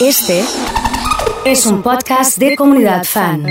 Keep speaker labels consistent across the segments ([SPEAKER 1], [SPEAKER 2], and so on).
[SPEAKER 1] Este es un podcast de comunidad fan.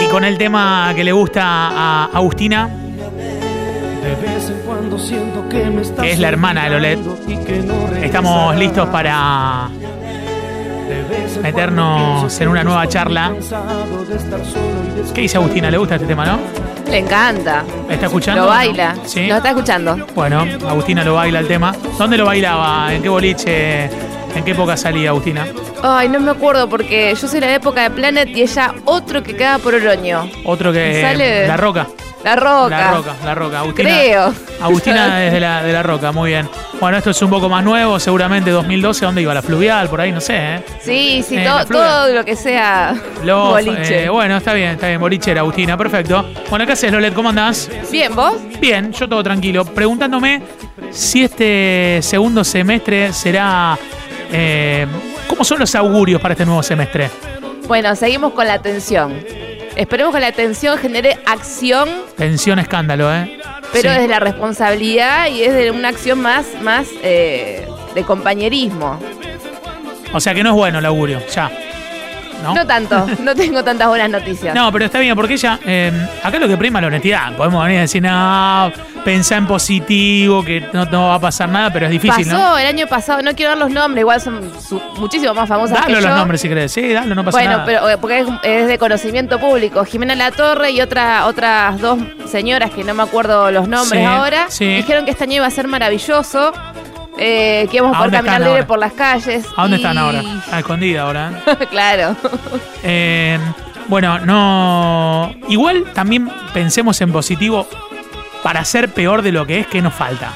[SPEAKER 2] Y con el tema que le gusta a Agustina,
[SPEAKER 3] De vez en cuando siento que me estás
[SPEAKER 2] Que es la hermana de Lolet.
[SPEAKER 3] olvidando y que no regresarás.
[SPEAKER 2] estamos listos para
[SPEAKER 3] De vez en
[SPEAKER 2] meternos
[SPEAKER 3] cuando pienso
[SPEAKER 2] en una
[SPEAKER 3] que
[SPEAKER 2] nueva
[SPEAKER 3] estoy
[SPEAKER 2] charla.
[SPEAKER 3] cansado de estar solo y de
[SPEAKER 2] ¿Qué dice Agustina? ¿Le gusta este tema, no?
[SPEAKER 4] Le encanta.
[SPEAKER 2] ¿La está escuchando?
[SPEAKER 4] Lo baila.
[SPEAKER 2] Ah, Sí.
[SPEAKER 4] Lo está escuchando.
[SPEAKER 2] Bueno, Agustina lo baila el tema. ¿Dónde lo bailaba? ¿En qué boliche? ¿En qué época salía Agustina?
[SPEAKER 4] Ay, no me acuerdo porque yo soy la época de Planet y ella otro que queda por Oroño.
[SPEAKER 2] Otro que.
[SPEAKER 4] Sale-
[SPEAKER 2] La Roca.
[SPEAKER 4] La Roca.
[SPEAKER 2] La Roca, La Roca. Agustina,
[SPEAKER 4] Creo.
[SPEAKER 2] Agustina desde la, de la Roca, muy bien. Bueno, esto es un poco más nuevo, seguramente 2012. ¿Dónde iba? ¿La Fluvial? Por ahí, no sé, ¿eh?
[SPEAKER 4] Sí, sí,
[SPEAKER 2] Eh,
[SPEAKER 4] todo-
[SPEAKER 2] la Flora.
[SPEAKER 4] todo lo que sea
[SPEAKER 2] Lo-
[SPEAKER 4] boliche.
[SPEAKER 2] eh, bueno, está bien, está bien. Borichera, Agustina, perfecto. Bueno, ¿qué haces, Lolet? ¿Cómo andás?
[SPEAKER 4] Bien, ¿vos?
[SPEAKER 2] Bien, yo todo tranquilo. Preguntándome si este segundo semestre será. eh, ¿Cómo son los augurios para este nuevo semestre?
[SPEAKER 4] Bueno, seguimos con la tensión. Esperemos que la tensión genere acción,
[SPEAKER 2] Tensión, escándalo, ¿eh?
[SPEAKER 4] pero
[SPEAKER 2] Sí.
[SPEAKER 4] desde la responsabilidad y desde una acción más, más eh, de compañerismo.
[SPEAKER 2] O sea que no es bueno el augurio, ya. ¿No?
[SPEAKER 4] No, tanto, no tengo tantas buenas noticias.
[SPEAKER 2] No, pero está bien, porque ella. eh, acá lo que prima es la honestidad. Podemos venir a decir, no, pensá en positivo, que no, no va a pasar nada, pero es difícil,
[SPEAKER 4] Pasó
[SPEAKER 2] ¿no?
[SPEAKER 4] el año pasado, no quiero dar los nombres, igual son su- muchísimo más famosas
[SPEAKER 2] Dalo
[SPEAKER 4] que
[SPEAKER 2] los
[SPEAKER 4] yo.
[SPEAKER 2] nombres si crees. Sí, dalo, no pasa
[SPEAKER 4] bueno,
[SPEAKER 2] nada.
[SPEAKER 4] pero eh, porque es, es de conocimiento público. Jimena La Torre y otra, otras dos señoras que no me acuerdo los nombres
[SPEAKER 2] Sí,
[SPEAKER 4] ahora
[SPEAKER 2] sí.
[SPEAKER 4] dijeron que este año iba a ser maravilloso, eh, que íbamos a
[SPEAKER 2] ¿A
[SPEAKER 4] poder
[SPEAKER 2] dónde
[SPEAKER 4] caminar
[SPEAKER 2] están
[SPEAKER 4] libre
[SPEAKER 2] ahora?
[SPEAKER 4] por las calles.
[SPEAKER 2] ¿A dónde
[SPEAKER 4] y-
[SPEAKER 2] están ahora? A escondida ahora. ¿eh?
[SPEAKER 4] claro.
[SPEAKER 2] Eh, bueno, no. Igual también pensemos en positivo para ser peor de lo que es, que nos falta.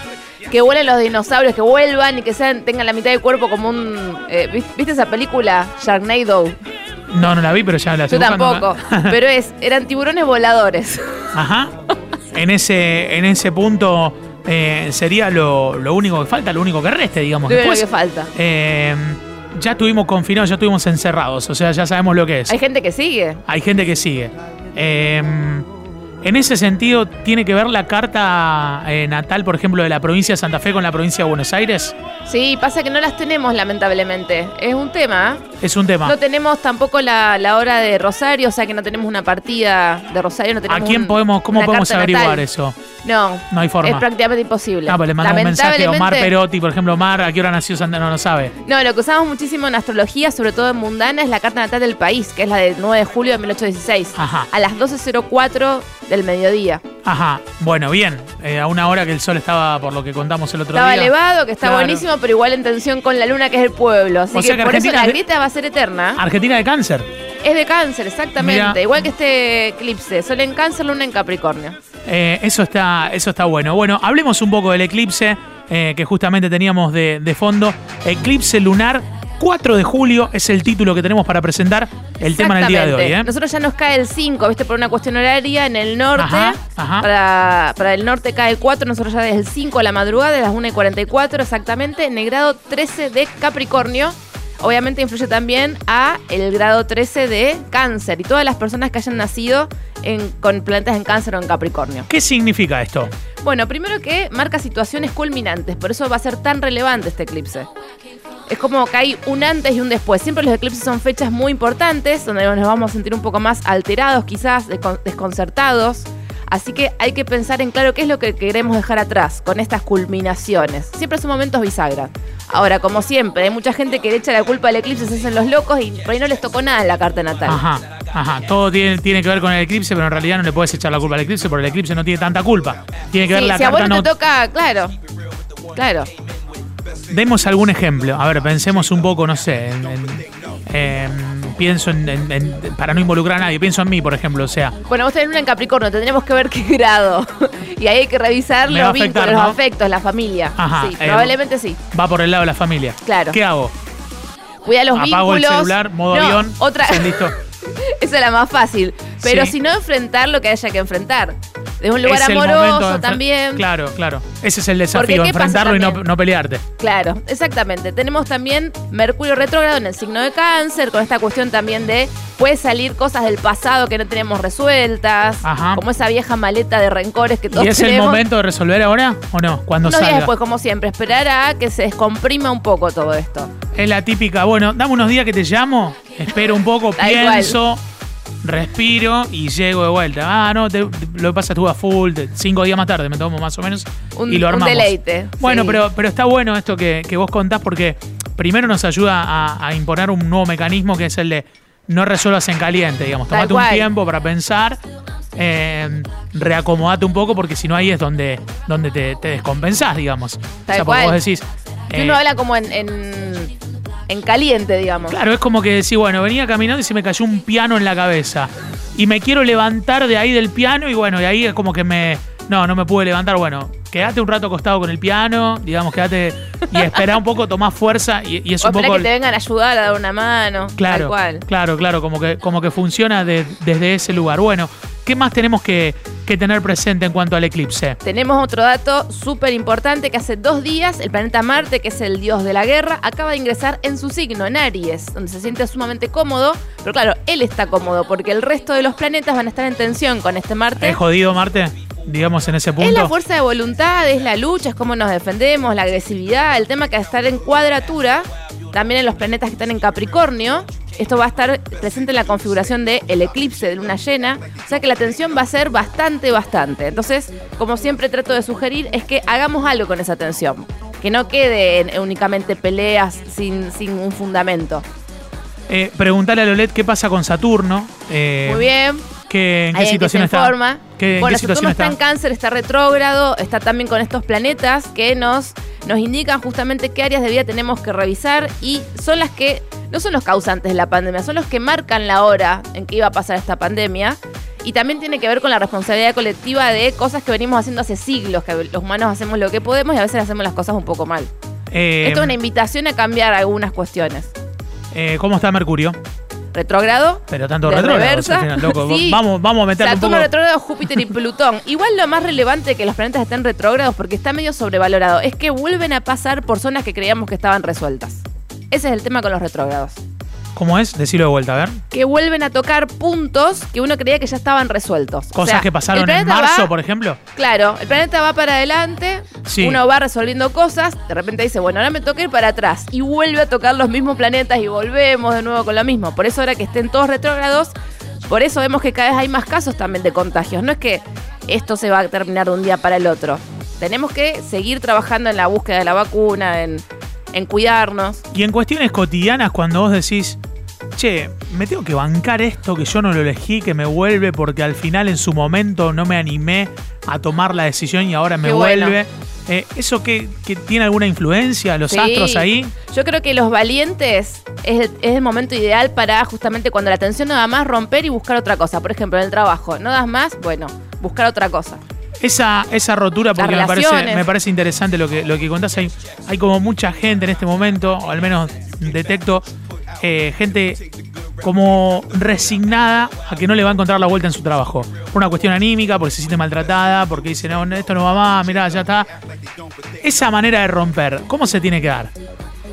[SPEAKER 4] que vuelen los dinosaurios, que vuelvan y que sean, tengan la mitad del cuerpo como un. eh, ¿vis- ¿Viste esa película? Sharknado.
[SPEAKER 2] No, no la vi, pero ya la
[SPEAKER 4] Yo
[SPEAKER 2] estoy buscando acá.
[SPEAKER 4] tampoco. pero es, eran tiburones voladores.
[SPEAKER 2] Ajá. En ese, en ese punto eh, sería lo, lo único que falta, lo único que reste, digamos.
[SPEAKER 4] Lo único
[SPEAKER 2] Después,
[SPEAKER 4] que falta.
[SPEAKER 2] eh, ya estuvimos confinados, ya estuvimos encerrados, o sea, ya sabemos lo que es.
[SPEAKER 4] Hay gente que sigue.
[SPEAKER 2] Hay gente que sigue. Eh, en ese sentido, ¿tiene que ver la carta eh, natal, por ejemplo, de la provincia de Santa Fe con la provincia de Buenos Aires?
[SPEAKER 4] Sí, pasa que no las tenemos, lamentablemente. Es un tema. ¿eh?
[SPEAKER 2] Es un tema.
[SPEAKER 4] No tenemos tampoco la, la hora de Rosario, o sea que no tenemos una partida de Rosario. No
[SPEAKER 2] ¿A
[SPEAKER 4] tenemos
[SPEAKER 2] quién
[SPEAKER 4] un-
[SPEAKER 2] podemos, cómo
[SPEAKER 4] una
[SPEAKER 2] podemos
[SPEAKER 4] carta
[SPEAKER 2] averiguar
[SPEAKER 4] natal.
[SPEAKER 2] eso?
[SPEAKER 4] No,
[SPEAKER 2] No hay forma.
[SPEAKER 4] es prácticamente imposible.
[SPEAKER 2] Ah, pues le mandamos un mensaje a Omar
[SPEAKER 4] Lamentablemente-
[SPEAKER 2] Perotti, por ejemplo, Omar, ¿a qué hora nació Santa? No, no sabe.
[SPEAKER 4] No, lo que usamos muchísimo en astrología, sobre todo en mundana, es la carta natal del país, que es la del 9 de julio de 1816.
[SPEAKER 2] Ajá.
[SPEAKER 4] A las 12.04 del mediodía.
[SPEAKER 2] Ajá, bueno, bien. Eh, a una hora que el sol estaba, por lo que contamos el otro
[SPEAKER 4] Estaba
[SPEAKER 2] día.
[SPEAKER 4] elevado, que está
[SPEAKER 2] Claro.
[SPEAKER 4] buenísimo, pero igual en tensión con la luna, que es el pueblo. Así
[SPEAKER 2] O
[SPEAKER 4] que,
[SPEAKER 2] sea que
[SPEAKER 4] por eso
[SPEAKER 2] Argentina-
[SPEAKER 4] la grieta va a ser eterna.
[SPEAKER 2] Argentina de cáncer.
[SPEAKER 4] Es de cáncer, exactamente.
[SPEAKER 2] Mira.
[SPEAKER 4] Igual que este eclipse. Sol en cáncer, luna en Capricornio.
[SPEAKER 2] Eh, eso, está, eso está bueno. Bueno, hablemos un poco del eclipse eh, que justamente teníamos de, de fondo. Eclipse lunar, 4 de julio es el título que tenemos para presentar el tema en el día de hoy.
[SPEAKER 4] Exactamente.
[SPEAKER 2] ¿eh?
[SPEAKER 4] Nosotros ya nos cae el 5, ¿viste? Por una cuestión horaria en el norte.
[SPEAKER 2] Ajá, ajá.
[SPEAKER 4] Para, para el norte cae el 4, nosotros ya desde el 5 a la madrugada, de las 1 y 44 exactamente, en el grado 13 de Capricornio. Obviamente influye también a el grado 13 de Cáncer y todas las personas que hayan nacido en- con plantas en Cáncer o en Capricornio.
[SPEAKER 2] ¿Qué significa esto?
[SPEAKER 4] Bueno, primero que marca situaciones culminantes, por eso va a ser tan relevante este eclipse. Es como que hay un antes y un después. Siempre los eclipses son fechas muy importantes, donde nos vamos a sentir un poco más alterados, quizás descon- desconcertados. Así que hay que pensar en claro qué es lo que queremos dejar atrás con estas culminaciones. Siempre son momentos bisagra. Ahora, como siempre, hay mucha gente que le echa la culpa al eclipse, se hacen los locos y por ahí no les tocó nada en la carta natal.
[SPEAKER 2] Ajá, ajá. Todo tiene, tiene que ver con el eclipse, pero en realidad no le puedes echar la culpa al eclipse porque el eclipse no tiene tanta culpa. Tiene que ver
[SPEAKER 4] Sí,
[SPEAKER 2] la
[SPEAKER 4] si a vos
[SPEAKER 2] carta
[SPEAKER 4] no te
[SPEAKER 2] no-
[SPEAKER 4] toca, claro. Claro.
[SPEAKER 2] Demos algún ejemplo. A ver, pensemos un poco, no sé. en- en- em, pienso en, en- en- Para no involucrar a nadie, pienso en mí, por ejemplo. O sea,
[SPEAKER 4] Bueno, vos tenés luna en Capricornio, tendremos que ver qué grado. y ahí hay que revisar
[SPEAKER 2] Me
[SPEAKER 4] los
[SPEAKER 2] va a afectar,
[SPEAKER 4] vínculos,
[SPEAKER 2] ¿no?
[SPEAKER 4] los afectos, la familia.
[SPEAKER 2] Ajá,
[SPEAKER 4] sí,
[SPEAKER 2] eh,
[SPEAKER 4] probablemente sí.
[SPEAKER 2] va por el lado de la familia.
[SPEAKER 4] Claro.
[SPEAKER 2] ¿Qué hago?
[SPEAKER 4] Cuida los
[SPEAKER 2] Apago
[SPEAKER 4] vínculos.
[SPEAKER 2] el celular, modo
[SPEAKER 4] No,
[SPEAKER 2] avión.
[SPEAKER 4] Otra,
[SPEAKER 2] Listo.
[SPEAKER 4] esa es la más fácil. Pero
[SPEAKER 2] Sí.
[SPEAKER 4] si no enfrentar lo que haya que enfrentar. de un lugar
[SPEAKER 2] es el momento de
[SPEAKER 4] amoroso
[SPEAKER 2] enfren-
[SPEAKER 4] también.
[SPEAKER 2] Claro, claro. Ese es el desafío,
[SPEAKER 4] ¿qué pasa
[SPEAKER 2] enfrentarlo y no,
[SPEAKER 4] también?
[SPEAKER 2] no pelearte.
[SPEAKER 4] Claro, exactamente. Tenemos también Mercurio retrógrado en el signo de cáncer, con esta cuestión también de puede salir cosas del pasado que no tenemos resueltas,
[SPEAKER 2] Ajá.
[SPEAKER 4] como esa vieja maleta de rencores que todos
[SPEAKER 2] ¿Y es el
[SPEAKER 4] tenemos.
[SPEAKER 2] momento de resolver ahora o no? Cuando
[SPEAKER 4] Unos días
[SPEAKER 2] salga.
[SPEAKER 4] después, como siempre, esperar a que se descomprima un poco todo esto.
[SPEAKER 2] Es la típica, bueno, dame unos días que te llamo, espero un poco,
[SPEAKER 4] Tal cual.
[SPEAKER 2] pienso, respiro y llego de vuelta. Ah, no, te- te- lo que pasa estuve a full, te- cinco días más tarde me tomo más o menos
[SPEAKER 4] Un,
[SPEAKER 2] y lo
[SPEAKER 4] un
[SPEAKER 2] armamos.
[SPEAKER 4] deleite.
[SPEAKER 2] Bueno,
[SPEAKER 4] sí.
[SPEAKER 2] pero, pero está bueno esto que, que vos contás porque primero nos ayuda a, a imponer un nuevo mecanismo que es el de no resuelvas en caliente, digamos.
[SPEAKER 4] Tal
[SPEAKER 2] Tomate un
[SPEAKER 4] cual.
[SPEAKER 2] tiempo para pensar, eh, reacomodate un poco porque si no ahí es donde, donde te, te descompensás, digamos. o
[SPEAKER 4] Tal
[SPEAKER 2] sea, porque
[SPEAKER 4] cual.
[SPEAKER 2] vos decís...
[SPEAKER 4] Que
[SPEAKER 2] eh,
[SPEAKER 4] uno habla como en, en, en caliente, digamos.
[SPEAKER 2] Claro, es como que decís, bueno, venía caminando y se me cayó un piano en la cabeza. Y me quiero levantar de ahí del piano y bueno, y ahí es como que me... No, no me pude levantar. Bueno, quédate un rato acostado con el piano, digamos, quédate y esperá un poco, tomás fuerza y, y es
[SPEAKER 4] o
[SPEAKER 2] un
[SPEAKER 4] esperar
[SPEAKER 2] poco...
[SPEAKER 4] que te vengan a ayudar a dar una mano. Tal
[SPEAKER 2] Claro,
[SPEAKER 4] cual.
[SPEAKER 2] claro, claro, como que, como que funciona de- desde ese lugar. Bueno, ¿qué más tenemos que, que tener presente en cuanto al eclipse?
[SPEAKER 4] Tenemos otro dato súper importante que hace dos días el planeta Marte, que es el dios de la guerra, acaba de ingresar en su signo, en Aries, donde se siente sumamente cómodo, pero claro, él está cómodo porque el resto de los planetas van a estar en tensión con este Marte.
[SPEAKER 2] ¿Es jodido, Marte? Digamos, en ese punto.
[SPEAKER 4] Es la fuerza de voluntad, es la lucha, es cómo nos defendemos, la agresividad, el tema que al estar en cuadratura, también en los planetas que están en Capricornio, esto va a estar presente en la configuración del el eclipse de luna llena, o sea que la tensión va a ser bastante, bastante. Entonces, como siempre trato de sugerir, es que hagamos algo con esa tensión, que no quede en- en únicamente peleas sin, sin un fundamento.
[SPEAKER 2] Eh, preguntale a Lolet qué pasa con Saturno. eh,
[SPEAKER 4] Muy bien.
[SPEAKER 2] que- ¿En qué
[SPEAKER 4] Ahí hay
[SPEAKER 2] situación
[SPEAKER 4] que se
[SPEAKER 2] está?
[SPEAKER 4] informa.
[SPEAKER 2] ¿Qué- en
[SPEAKER 4] bueno,
[SPEAKER 2] qué situación
[SPEAKER 4] Saturno está?
[SPEAKER 2] está?
[SPEAKER 4] en cáncer, está retrógrado, está también con estos planetas que nos, nos indican justamente qué áreas de vida tenemos que revisar y son las que, no son los causantes de la pandemia, son los que marcan la hora en que iba a pasar esta pandemia. Y también tiene que ver con la responsabilidad colectiva de cosas que venimos haciendo hace siglos, que los humanos hacemos lo que podemos y a veces hacemos las cosas un poco mal.
[SPEAKER 2] Eh,
[SPEAKER 4] Esto es una invitación a cambiar algunas cuestiones.
[SPEAKER 2] eh, ¿Cómo está Mercurio?
[SPEAKER 4] Retrógrado,
[SPEAKER 2] Pero tanto
[SPEAKER 4] De
[SPEAKER 2] retrógrado.
[SPEAKER 4] reversa.
[SPEAKER 2] al final, loco.
[SPEAKER 4] Sí.
[SPEAKER 2] Vamos, vamos a meterle un poco.
[SPEAKER 4] Saturno retrógrado, Júpiter y Plutón. Igual lo más relevante que los planetas estén retrógrados porque está medio sobrevalorado es que vuelven a pasar por zonas que creíamos que estaban resueltas. Ese es el tema con los retrógrados.
[SPEAKER 2] ¿Cómo es? Decirlo de vuelta, a ver.
[SPEAKER 4] Que vuelven a tocar puntos que uno creía que ya estaban resueltos. O
[SPEAKER 2] Cosas
[SPEAKER 4] sea,
[SPEAKER 2] que
[SPEAKER 4] el
[SPEAKER 2] pasaron en
[SPEAKER 4] planeta
[SPEAKER 2] marzo,
[SPEAKER 4] va-
[SPEAKER 2] por ejemplo.
[SPEAKER 4] Claro, el planeta va para adelante,
[SPEAKER 2] Sí.
[SPEAKER 4] uno va resolviendo cosas, de repente dice, bueno, ahora me toca ir para atrás y vuelve a tocar los mismos planetas y volvemos de nuevo con lo mismo. Por eso ahora que estén todos retrógrados, por eso vemos que cada vez hay más casos también de contagios. No es que esto se va a terminar de un día para el otro. Tenemos que seguir trabajando en la búsqueda de la vacuna, en, en cuidarnos.
[SPEAKER 2] Y en cuestiones cotidianas, cuando vos decís, che, me tengo que bancar esto que yo no lo elegí, que me vuelve, porque al final en su momento no me animé a tomar la decisión y ahora me
[SPEAKER 4] Qué bueno.
[SPEAKER 2] vuelve. Eh, ¿Eso que, tiene alguna influencia? ¿Los
[SPEAKER 4] Sí.
[SPEAKER 2] astros ahí?
[SPEAKER 4] Yo creo que los valientes es, es el momento ideal para justamente cuando la tensión no da más romper y buscar otra cosa. Por ejemplo, en el trabajo, no das más, bueno, buscar otra cosa.
[SPEAKER 2] Esa, esa rotura, porque me parece,
[SPEAKER 4] relaciones.
[SPEAKER 2] me parece interesante lo que, lo que contás. Hay, hay como mucha gente en este momento, o al menos detecto, eh, gente como resignada a que no le va a encontrar la vuelta en su trabajo. Por una cuestión anímica, porque se siente maltratada, porque dice, no, esto no va más, mirá, ya está. Esa manera de romper, ¿cómo se tiene que dar?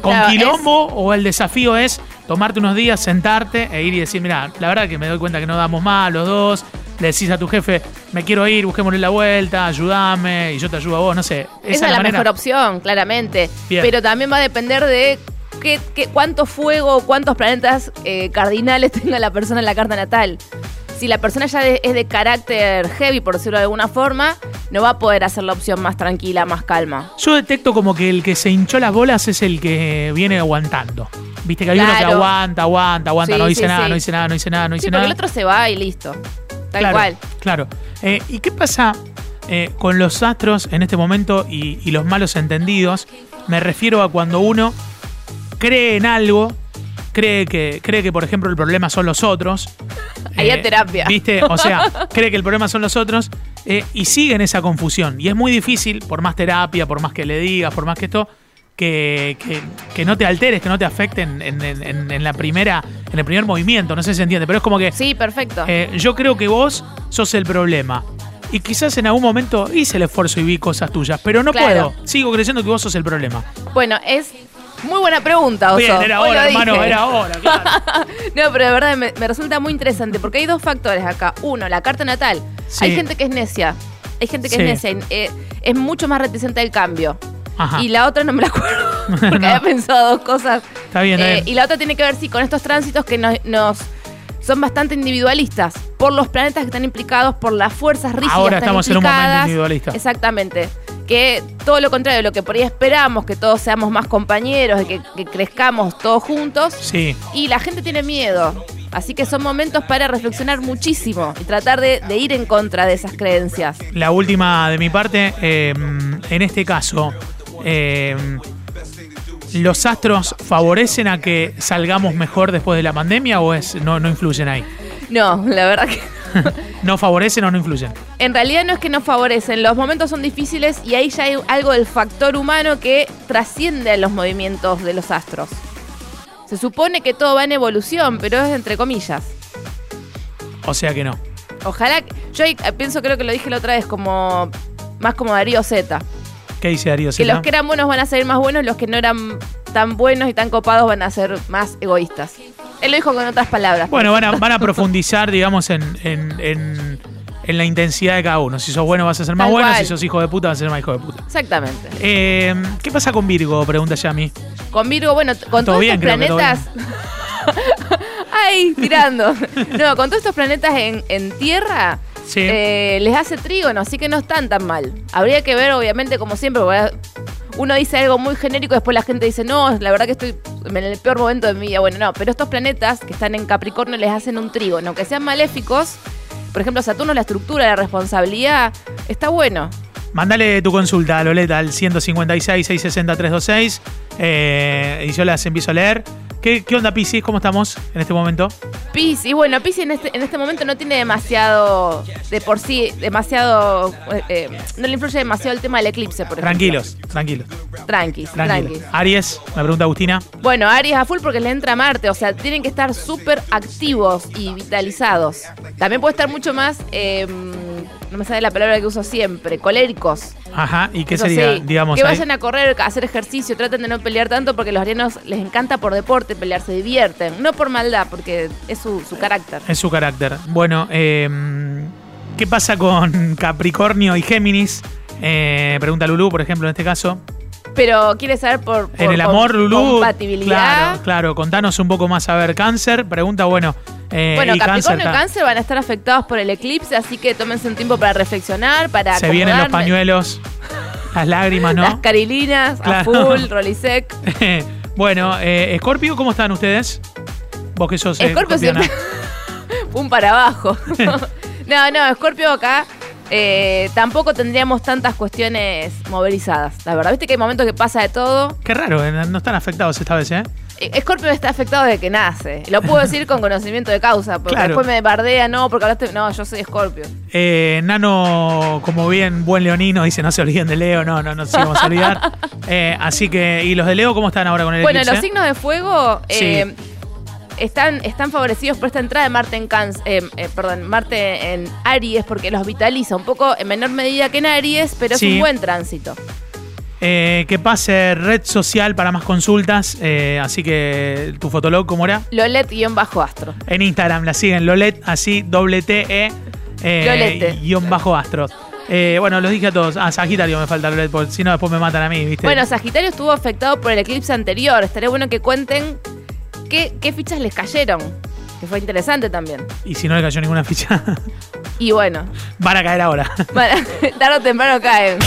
[SPEAKER 2] ¿Con
[SPEAKER 4] Claro,
[SPEAKER 2] quilombo o el desafío es tomarte unos días, sentarte e ir y decir, mira, la verdad que me doy cuenta que no damos más los dos, le decís a tu jefe, me quiero ir, busquémosle la vuelta, ayúdame y yo te ayudo a vos, no sé.
[SPEAKER 4] Esa, es la mejor opción, claramente.
[SPEAKER 2] Bien.
[SPEAKER 4] Pero también va a depender de qué, qué- cuánto fuego, cuántos planetas eh, cardinales tenga la persona en la carta natal. Si la persona ya de- es de carácter heavy, por decirlo de alguna forma, no va a poder hacer la opción más tranquila, más calma.
[SPEAKER 2] Yo detecto como que el que se hinchó las bolas es el que viene aguantando. Viste que hay uno que
[SPEAKER 4] Claro.
[SPEAKER 2] aguanta, aguanta, aguanta,
[SPEAKER 4] Sí,
[SPEAKER 2] no dice
[SPEAKER 4] sí,
[SPEAKER 2] nada,
[SPEAKER 4] sí.
[SPEAKER 2] no dice nada, no dice nada, no dice
[SPEAKER 4] Sí,
[SPEAKER 2] nada.
[SPEAKER 4] porque el otro se va y listo. Tal
[SPEAKER 2] claro,
[SPEAKER 4] cual.
[SPEAKER 2] Claro. Eh, ¿Y qué pasa eh, con los astros en este momento y, y los malos entendidos? Me refiero a cuando uno cree en algo, cree que, cree que por ejemplo, el problema son los otros. Eh,
[SPEAKER 4] Ahí a terapia.
[SPEAKER 2] ¿Viste? O sea, cree que el problema son los otros eh, y sigue en esa confusión. Y es muy difícil, por más terapia, por más que le digas, por más que esto. Que, que- que no te alteres, que no te afecten en, en- en- en la primera, en el primer movimiento, no sé si se entiende, pero es como que
[SPEAKER 4] Sí, perfecto.
[SPEAKER 2] eh, yo creo que vos sos el problema. Y quizás en algún momento hice el esfuerzo y vi cosas tuyas, pero no
[SPEAKER 4] Claro.
[SPEAKER 2] puedo. Sigo creyendo que vos sos el problema.
[SPEAKER 4] Bueno, es muy buena pregunta, Oso.
[SPEAKER 2] Bien, era
[SPEAKER 4] Hoy lo
[SPEAKER 2] hora, hermano,
[SPEAKER 4] dije.
[SPEAKER 2] era hora, claro.
[SPEAKER 4] No, pero de verdad me, me resulta muy interesante porque hay dos factores acá. Uno, la carta natal.
[SPEAKER 2] Sí.
[SPEAKER 4] Hay gente que es necia. Hay gente que
[SPEAKER 2] Sí.
[SPEAKER 4] es necia. y, eh, es mucho más reticente al cambio.
[SPEAKER 2] Ajá.
[SPEAKER 4] Y la otra no me la acuerdo porque
[SPEAKER 2] No.
[SPEAKER 4] había pensado dos cosas.
[SPEAKER 2] Está bien, está
[SPEAKER 4] Eh,
[SPEAKER 2] bien.
[SPEAKER 4] Y la otra tiene que ver, sí, con estos tránsitos que nos, nos- son bastante individualistas por los planetas que están implicados, por las fuerzas rígidas
[SPEAKER 2] Ahora
[SPEAKER 4] que están
[SPEAKER 2] estamos en un momento
[SPEAKER 4] implicadas.
[SPEAKER 2] individualista.
[SPEAKER 4] Exactamente. Que todo lo contrario de lo que por ahí esperamos, que todos seamos más compañeros, y que, que crezcamos todos juntos
[SPEAKER 2] Sí.
[SPEAKER 4] y la gente tiene miedo. Así que son momentos para reflexionar muchísimo y tratar de, de ir en contra de esas creencias.
[SPEAKER 2] La última de mi parte, eh, en este caso, eh, ¿los astros favorecen a que salgamos mejor después de la pandemia o es no, no influyen ahí?
[SPEAKER 4] No, la verdad que
[SPEAKER 2] ¿No favorecen o no influyen?
[SPEAKER 4] en realidad no es que nos favorecen, los momentos son difíciles y ahí ya hay algo del factor humano que trasciende a los movimientos de los astros. Se supone que todo va en evolución, pero es entre comillas.
[SPEAKER 2] O sea que no.
[SPEAKER 4] Ojalá, que- yo ahí eh, pienso, creo que lo dije la otra vez, como más como Darío Z.
[SPEAKER 2] ¿Qué dice Darío
[SPEAKER 4] Que
[SPEAKER 2] Sena?
[SPEAKER 4] los que eran buenos van a ser más buenos, los que no eran tan buenos y tan copados van a ser más egoístas. Él lo dijo con otras palabras.
[SPEAKER 2] Bueno, van a, van a profundizar, digamos, en, en- en- en la intensidad de cada uno. Si sos bueno vas a ser más
[SPEAKER 4] Tal
[SPEAKER 2] bueno,
[SPEAKER 4] cual.
[SPEAKER 2] si sos hijo de puta vas a ser más hijo de puta.
[SPEAKER 4] Exactamente.
[SPEAKER 2] Eh, ¿Qué pasa con Virgo? Pregunta Yami.
[SPEAKER 4] Con Virgo, bueno, t- con
[SPEAKER 2] Ah, Todo
[SPEAKER 4] todos
[SPEAKER 2] bien,
[SPEAKER 4] estos
[SPEAKER 2] creo que todo
[SPEAKER 4] planetas. Ay, tirando. No, con todos estos planetas en, en tierra.
[SPEAKER 2] Sí.
[SPEAKER 4] eh, les hace trígono, así que no están tan mal. Habría que ver, obviamente, como siempre, porque uno dice algo muy genérico, después la gente dice, no, la verdad que estoy en el peor momento de mi vida. Bueno, no, pero estos planetas que están en Capricornio les hacen un trígono, aunque sean maléficos. Por ejemplo, Saturno, la estructura, la responsabilidad, está bueno.
[SPEAKER 2] Mándale tu consulta a Loleta al 156-660-326 eh, y yo las empiezo a leer. ¿Qué, qué onda, Piscis? ¿Cómo estamos en este momento?
[SPEAKER 4] Pisi, bueno, Pisi en este, en este momento no tiene demasiado, de por sí, demasiado, eh, eh, no le influye demasiado el tema del eclipse, por ejemplo.
[SPEAKER 2] Tranquilos, tranquilos,
[SPEAKER 4] Tranquis,
[SPEAKER 2] tranquilos.
[SPEAKER 4] tranquis.
[SPEAKER 2] Aries, me pregunta Agustina.
[SPEAKER 4] Bueno, Aries a full porque le entra Marte, o sea, tienen que estar súper activos y vitalizados. También puede estar mucho más, eh, no me sale la palabra que uso siempre, coléricos.
[SPEAKER 2] Ajá, ¿y qué
[SPEAKER 4] Eso
[SPEAKER 2] sería,
[SPEAKER 4] sí,
[SPEAKER 2] digamos?
[SPEAKER 4] Que
[SPEAKER 2] ahí?
[SPEAKER 4] vayan a correr, a hacer ejercicio, traten de no pelear tanto porque los arianos les encanta por deporte pelear, se divierten. No por maldad, porque es su, su carácter.
[SPEAKER 2] Es su carácter. Bueno, eh, ¿qué pasa con Capricornio y Géminis? Eh, pregunta Lulú, por ejemplo, en este caso.
[SPEAKER 4] Pero quiere saber por, por
[SPEAKER 2] en el amor,
[SPEAKER 4] com-
[SPEAKER 2] Lulú.
[SPEAKER 4] compatibilidad.
[SPEAKER 2] Claro, claro. Contanos un poco más. A ver, cáncer. Pregunta, bueno. eh,
[SPEAKER 4] Bueno,
[SPEAKER 2] y
[SPEAKER 4] Capricornio y
[SPEAKER 2] ta-
[SPEAKER 4] Cáncer van a estar afectados por el eclipse, así que tómense un tiempo para reflexionar, para
[SPEAKER 2] Se vienen los
[SPEAKER 4] acomodar
[SPEAKER 2] pañuelos, las lágrimas,
[SPEAKER 4] Las
[SPEAKER 2] ¿no?
[SPEAKER 4] carilinas,
[SPEAKER 2] Claro.
[SPEAKER 4] a full, Rolisec.
[SPEAKER 2] bueno, eh, Scorpio, ¿cómo están ustedes? Vos que sos. eh,
[SPEAKER 4] Escorpio
[SPEAKER 2] escorpiana.
[SPEAKER 4] siempre. un para abajo. no, no, Scorpio acá. eh, tampoco tendríamos tantas cuestiones movilizadas, la verdad. Viste que hay momentos que pasa de todo.
[SPEAKER 2] Qué raro, eh, no están afectados esta vez, ¿eh?
[SPEAKER 4] Eh, Scorpio está afectado desde que nace. Lo puedo decir con conocimiento de causa, porque
[SPEAKER 2] Claro.
[SPEAKER 4] después me bardea, no, porque hablaste. No, yo soy Scorpio.
[SPEAKER 2] Eh, Nano, como bien buen leonino, dice no se olviden de Leo, no, no, no se vamos a olvidar. Eh, así que, ¿y los de Leo cómo están ahora con el
[SPEAKER 4] Bueno,
[SPEAKER 2] eclipse?
[SPEAKER 4] los signos de fuego
[SPEAKER 2] Sí.
[SPEAKER 4] eh, están, están favorecidos por esta entrada de Marte en Cáncer, eh, perdón, Marte en Aries, porque los vitaliza un poco en menor medida que en Aries, pero
[SPEAKER 2] Sí.
[SPEAKER 4] es un buen tránsito.
[SPEAKER 2] Eh, que pase red social para más consultas, eh, así que tu fotolog, ¿cómo era?
[SPEAKER 4] Lolet-astro.
[SPEAKER 2] En Instagram la siguen, Lolet, así, doble T, E, eh,
[SPEAKER 4] Lolete.
[SPEAKER 2] guión bajo astro. Eh, bueno, los dije a todos. Ah, Sagitario me falta Lolet, porque si no después me matan a mí, ¿viste?
[SPEAKER 4] Bueno, Sagitario estuvo afectado por el eclipse anterior. Estaría bueno que cuenten qué, qué fichas les cayeron, que fue interesante también.
[SPEAKER 2] y si no le cayó ninguna ficha,
[SPEAKER 4] Y bueno,
[SPEAKER 2] van a caer ahora.
[SPEAKER 4] bueno, tarde o temprano caen.